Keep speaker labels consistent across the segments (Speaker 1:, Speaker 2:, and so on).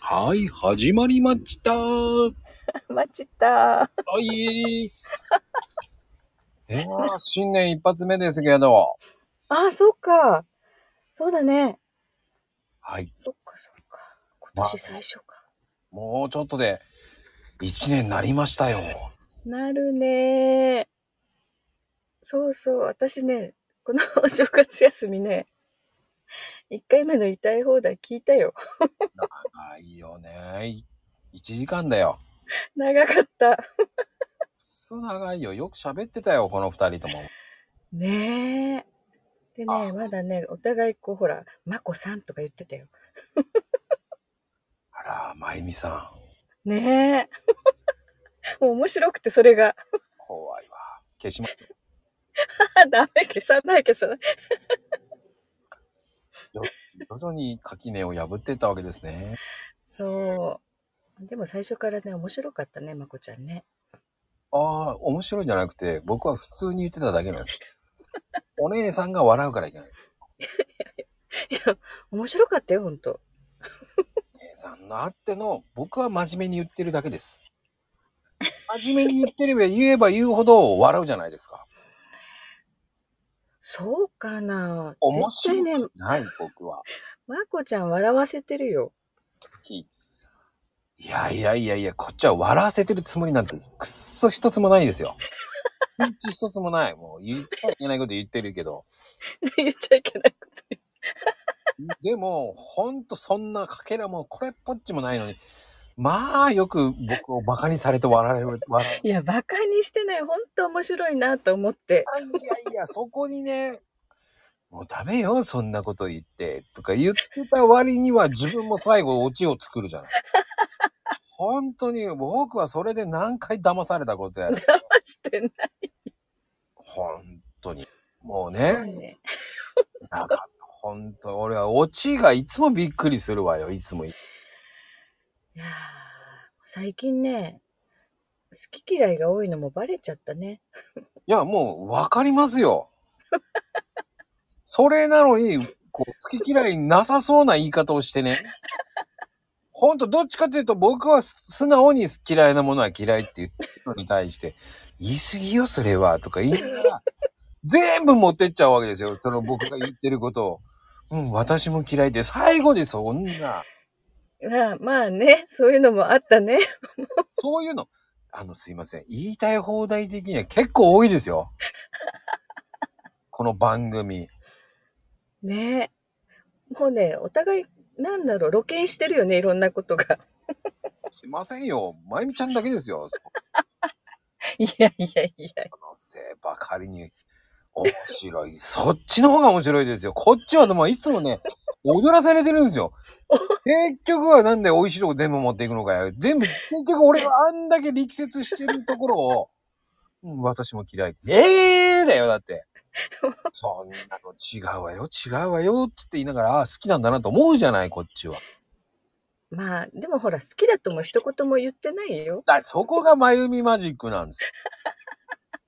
Speaker 1: はい、始まりました。は
Speaker 2: 待ちた。
Speaker 1: い。えー、新年一発目ですけど。
Speaker 2: ああ、そうか。そうだね。
Speaker 1: はい。
Speaker 2: そっかそっか。今年最初か。
Speaker 1: もうちょっとで、一年なりましたよ。
Speaker 2: なるねそうそう。私ね、この お正月休みね、1回目の痛い放題聞いたよ。
Speaker 1: 長いよね。い一時間だよ。
Speaker 2: 長かった。
Speaker 1: くそ長いよ。よく喋ってたよ、この二人とも。
Speaker 2: ねえ。でね、
Speaker 1: あ
Speaker 2: まだね、お互いこう、ほら、まこさんとか言ってたよ。
Speaker 1: あら、まゆみさん。
Speaker 2: ねえ。 もう面白くて、それが。
Speaker 1: 怖いわ。消しま、
Speaker 2: あダメ、消さない、消さない。
Speaker 1: 徐々に垣根を破ってったわけですね。
Speaker 2: そう。でも最初からね、面白かったね、まこちゃんね。
Speaker 1: ああ、面白いんじゃなくて、僕は普通に言ってただけなんです。お姉さんが笑うからいけないです。
Speaker 2: いや、面白かったよ、ほんと。
Speaker 1: お姉さんのあっての、僕は真面目に言ってるだけです。真面目に言ってれば言えば言うほど笑うじゃないですか。
Speaker 2: そうかな
Speaker 1: 面
Speaker 2: 絶対
Speaker 1: 白
Speaker 2: ね
Speaker 1: く、ない、僕は。
Speaker 2: まこちゃん笑わせてるよ。
Speaker 1: いやいやいやいや、こっちは笑わせてるつもりなんて、くっそ一つもないですよ。一致一つもない。もう言っちゃいけないこと言ってるけど。
Speaker 2: 言っちゃいけないこと言う
Speaker 1: でも、ほんとそんなかけらもこれっぽっちもないのに、まあよく僕をバカにされて笑われる、笑う。
Speaker 2: いや、バカにしてない。ほんと面白いなと思って。
Speaker 1: いやいや、そこにね、もうダメよ、そんなこと言って、とか言ってた割には自分も最後オチを作るじゃない。本当に僕はそれで何回騙されたことや
Speaker 2: 騙
Speaker 1: ら
Speaker 2: してない
Speaker 1: 本当に。もうね、
Speaker 2: ね。
Speaker 1: なんか、本当俺はオチがいつもびっくりするわよ、いつも。
Speaker 2: いやー最近ね、好き嫌いが多いのもバレちゃったね。
Speaker 1: いや、もう、わかりますよ。 それなのに、こう、好き嫌いなさそうな言い方をしてね。ほんと、どっちかというと、僕はす素直に嫌いなものは嫌いって言ってるのに対して、言い過ぎよ、それは、とか言いながら、全部持ってっちゃうわけですよ。その僕が言ってることを。うん、私も嫌いで、最後にそんな、
Speaker 2: まあまあね、そういうのもあったね。
Speaker 1: そういうの、あの、すいません。言いたい放題的には結構多いですよ。この番組。
Speaker 2: ねもうね、お互い、なんだろう、露見してるよね、いろんなことが。
Speaker 1: しませんよ。まゆみちゃんだけですよ。こ
Speaker 2: いやいやいや。
Speaker 1: のせいばかりに。面白い。そっちの方が面白いですよ。こっちはでもいつもね、踊らされてるんですよ。結局はなんで美味しいとこ全部持っていくのかよ。全部、結局俺があんだけ力説してるところを、うん、私も嫌い。ええーだよ、だって。そんなの違うわよ、違うわよ、つって言いながら、あ好きなんだなと思うじゃない、こっちは。
Speaker 2: まあ、でもほら、好きだとも一言も言ってないよ。
Speaker 1: だそこがまゆみマジックなんですよ。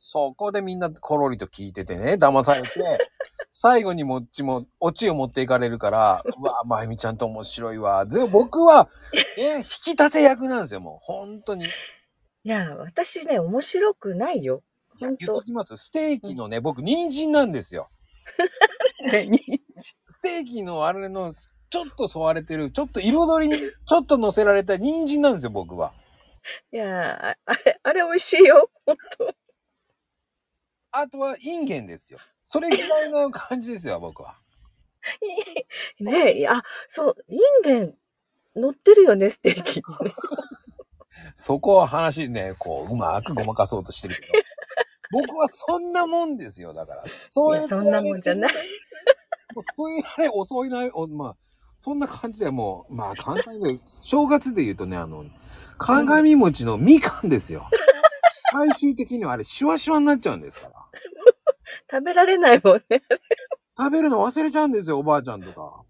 Speaker 1: そこでみんなコロリと聞いててね、騙されて、最後にもっちも、オチを持っていかれるから、うわ、まゆみちゃんと面白いわ。で、僕は、ね、引き立て役なんですよ、もう。本当に。い
Speaker 2: いや、私ね、面白くないよ。
Speaker 1: や
Speaker 2: 本
Speaker 1: 言っと
Speaker 2: 当
Speaker 1: きます。ステーキのね、僕、人参なんですよ。
Speaker 2: 何
Speaker 1: ステーキのあれの、ちょっと添われてる、ちょっと彩りに、ちょっと乗せられた人参なんですよ、僕は。
Speaker 2: いやあ、あれ、あれ美味しいよ。本当
Speaker 1: あとは、インゲンですよ。それぐらいの感じですよ、僕は。
Speaker 2: ねえ、いや、そう、インゲン乗ってるよね、ステーキ。
Speaker 1: そこは話ね、こう、うまくごまかそうとしてるけ ど。僕はそんなもんですよ、だから。そ
Speaker 2: いやそんなもんじゃない。
Speaker 1: もうそういうあれ、遅いない、おまあ、そんな感じでもう、まあ、簡単に、正月で言うとね、あの、鏡餅のみかんです よ。最終的にはあれ、シュワシュワになっちゃうんですから。
Speaker 2: 食べられないもんね。
Speaker 1: 食べるの忘れちゃうんですよ、おばあちゃんとか。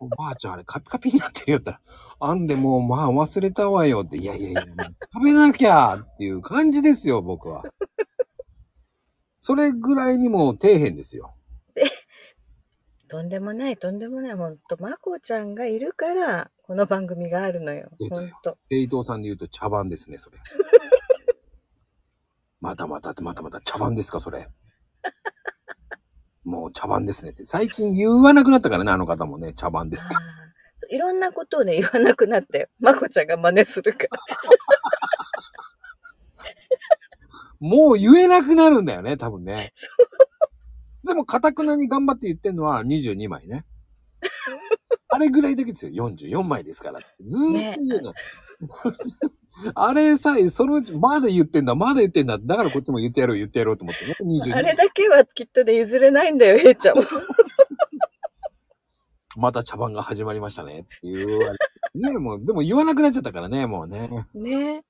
Speaker 1: おばあちゃん、あれ、カピカピになってるよったら、あんでもう、まあ、忘れたわよって、いやいやいや、もう食べなきゃっていう感じですよ、僕は。それぐらいにもう底辺ですよ。
Speaker 2: とんでもない、とんでもない。ほんと、まこちゃんがいるから、この番組があるのよ。
Speaker 1: 出た
Speaker 2: ほ
Speaker 1: よ
Speaker 2: んと。
Speaker 1: 江藤さんで言うと茶番ですね、それ。またまた、またまた茶番ですか、それ。もう茶番ですねって。最近言わなくなったからね、あの方もね、茶番です
Speaker 2: あ
Speaker 1: か。
Speaker 2: ーそういろんなことをね、言わなくなって、まこちゃんが真似するから。
Speaker 1: もう言えなくなるんだよね、多分ね。でも、かたくなに頑張って言ってんのは22枚ね。あれぐらいだけですよ。44枚ですから。ずーっと言うの。あれさえ、そのうち、まだ言ってんだ、まだ言ってんだ。だからこっちも言ってやろう、言ってやろうと思ってね。22
Speaker 2: あれだけはきっとね、譲れないんだよ、えいちゃんも。
Speaker 1: また茶番が始まりましたねっていう。ねもう、でも言わなくなっちゃったからね、もうね。
Speaker 2: ね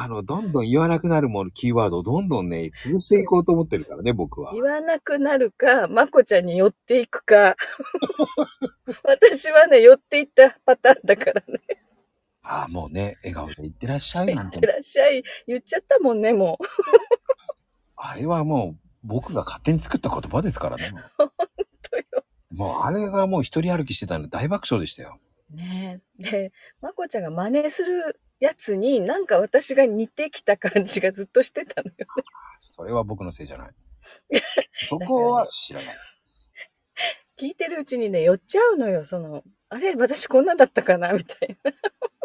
Speaker 1: あの、どんどん言わなくなるもの、キーワードをどんどんね、潰していこうと思ってるからね、僕は。
Speaker 2: 言わなくなるか、まこちゃんに寄っていくか。 私はね、寄っていったパターンだからね。
Speaker 1: ああ、もうね、笑顔で言ってらっしゃい
Speaker 2: い
Speaker 1: なん
Speaker 2: ってて。らっしゃい。言っちゃったもんね、もう。
Speaker 1: あれはもう、僕が勝手に作った言葉ですからね。
Speaker 2: とよ
Speaker 1: もう、あれがもう一人歩きしてたんで大爆笑でしたよ。
Speaker 2: ねえ。で、まこちゃんが真似するやつに、なんか私が似てきた感じがずっとしてたのよ。
Speaker 1: それは僕のせいじゃない。そこは知らない。
Speaker 2: 聞いてるうちにね、寄っちゃうのよ、その、あれ私こんなんだったかなみたいな。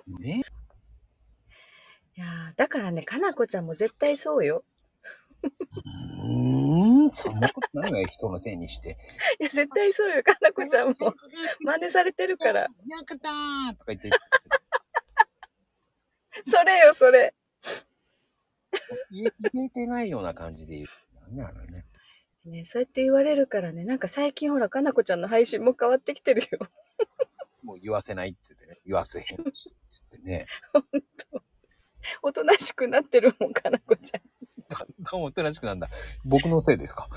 Speaker 2: い
Speaker 1: ね
Speaker 2: やーだからね、かなこちゃんも絶対そうよ。
Speaker 1: うーん、そんなことないわよ、人のせいにして。
Speaker 2: いや、絶対そうよ、かなこちゃんも。真似されてるから。
Speaker 1: よくたーとか言って、
Speaker 2: それよ、それ。
Speaker 1: 言え言えてないような感じで言う。なんだろうね。
Speaker 2: ね、そうやって言われるからね、なんか最近ほら、かなこちゃんの配信も変わってきてるよ。
Speaker 1: もう言わせないって言ってね。言わせへんし、つってね。
Speaker 2: おとなしくなってるもん、かなこちゃん。
Speaker 1: だんだんおとなしくなんだ。僕のせいですか。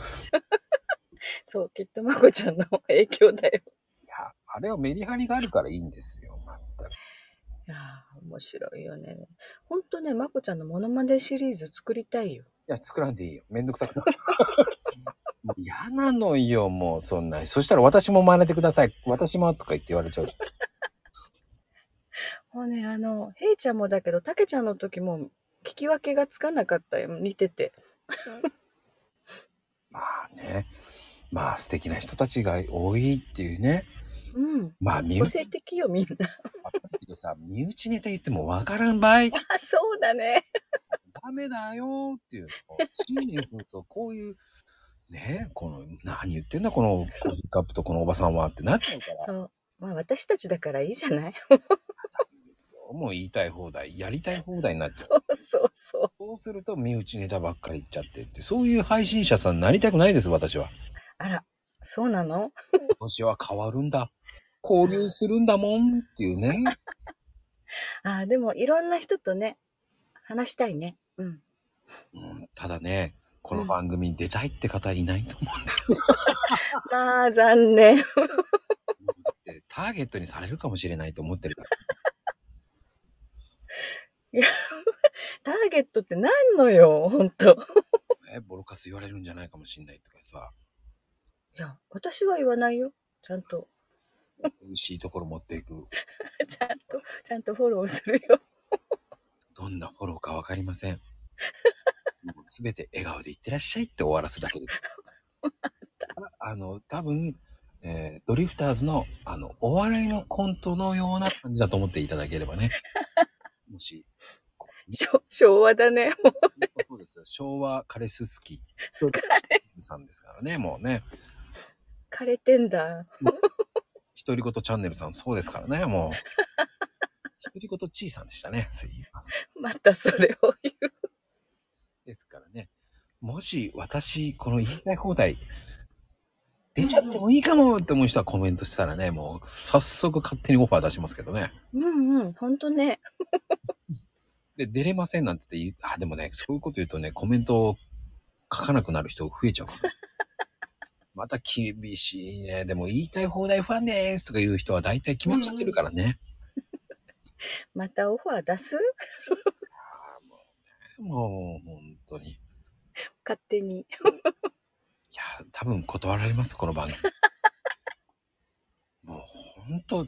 Speaker 2: そう、きっとまこちゃんの影響だよ。
Speaker 1: いや、あれはメリハリがあるからいいんですよ。まったく。
Speaker 2: いやー面白いよね。ほんとね、まこちゃんのモノマネシリーズ作りたいよ。
Speaker 1: いや、作らんでいいよ。めんどくさくなる。もう嫌なのよ、もう、そんな。そしたら私も真似てください。私も、とか言って言われちゃうし。
Speaker 2: もうね、あの、ヘイちゃんもだけど、たけちゃんの時も聞き分けがつかなかったよ。似てて。
Speaker 1: まあね。まあ、素敵な人たちが多いっていうね。
Speaker 2: うん。
Speaker 1: まあ、身
Speaker 2: 個
Speaker 1: 内、
Speaker 2: 性的よ、みんな。
Speaker 1: さ、身内ネタ言ってもわからんばい。
Speaker 2: あ、そうだね。
Speaker 1: ダメだよっていうのを、信念すると、こういう、ねえ、この、何言ってんだ、このコーヒーカップとこのおばさんはってなっちゃうから、
Speaker 2: そう。まあ、私たちだからいいじゃない
Speaker 1: もう言いたい放題、やりたい放題になっちゃう。
Speaker 2: そうそうそう。
Speaker 1: そうすると、身内ネタばっかり言っちゃってって、そういう配信者さんになりたくないです、私は。
Speaker 2: あら、そうなの
Speaker 1: 今年は変わるんだ。交流するんだもんっていうね。
Speaker 2: あーでもいろんな人とね、話したいね。うん。
Speaker 1: うんただね、この番組に出たいって方いないと思うんですよ。
Speaker 2: まあ、残念。
Speaker 1: だってターゲットにされるかもしれないと思ってるから。
Speaker 2: ターゲットって何のよ、ほんと。
Speaker 1: え、ボロカス言われるんじゃないかもしれないとかさ、
Speaker 2: いや、私は言わないよ。ちゃんと、
Speaker 1: 美味しいところ持っていく。
Speaker 2: ちゃんと、ちゃんとフォローするよ。
Speaker 1: どんなフォローかわかりません。もうすべて笑顔でいってらっしゃいって終わらすだけです。ああの、多分、えードリフターズの、あの、お笑いのコントのような感じだと思っていただければね。もし、
Speaker 2: 昭昭和だね。もう
Speaker 1: そうですよ。昭和カレススキーさんですからね、もうね。
Speaker 2: 枯れてんだ。
Speaker 1: 独り言チャンネルさんそうですからね、もう。独り言ちいさんでしたね。すいません。
Speaker 2: またそれを言う。
Speaker 1: ですからね、もし私、この言いたい放題、出ちゃってもいいかもって思う人はコメントしたらね、もう早速勝手にオファー出しますけどね。
Speaker 2: うんうん、ほんとね。
Speaker 1: で、出れませんなんて言って、あ、でもね、そういうこと言うとね、コメントを書かなくなる人増えちゃうから。また厳しいね。でも言いたい放題ファンですとか言う人は大体決まっちゃってるからね。
Speaker 2: またオファー出す
Speaker 1: もう、本当に。
Speaker 2: 勝手に。
Speaker 1: いや、多分断られます、この番組。 もう本当、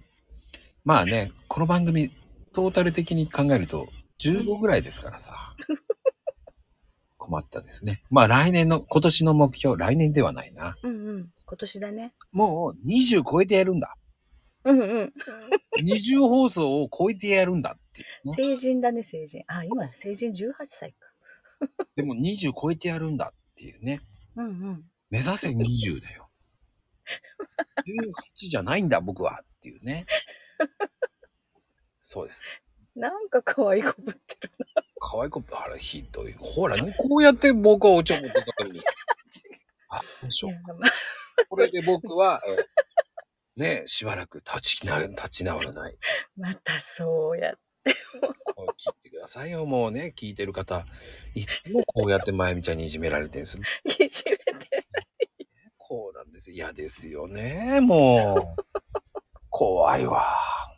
Speaker 1: まあね、この番組、トータル的に考えると15ぐらいですからさ。 困ったですね。まあ来年の、今年の目標、来年ではないな。
Speaker 2: うんうん。今年だね。
Speaker 1: もう20超えてやるんだ。
Speaker 2: うんうん。
Speaker 1: 20放送を超えてやるんだって いうね、
Speaker 2: 成人だね、成人。あ、今、成人18歳か。
Speaker 1: でも20超えてやるんだっていうね。
Speaker 2: うんうん。
Speaker 1: 目指せ20だよ。18じゃないんだ、僕はっていうね。そうです。
Speaker 2: なんか可愛い子ぶってる。
Speaker 1: 可愛い子、あら、ひどい。ほら、こうやって僕はおちょこってたのに。あ、でし
Speaker 2: い
Speaker 1: ょ
Speaker 2: や。まあ
Speaker 1: これで僕は、えーねしばらく立ちな、立ち直らない。
Speaker 2: またそうや。
Speaker 1: もう聞いてくださいよ、もうね、聞いてる方。いつもこうやってまゆみちゃんにいじめられてるんです。
Speaker 2: いじめてる。
Speaker 1: こうなんですよ。嫌ですよね、もう。怖いわ。
Speaker 2: あ、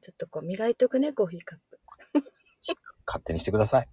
Speaker 2: ちょっとこう磨いとくね、コーヒーカップ。
Speaker 1: 勝手にしてください。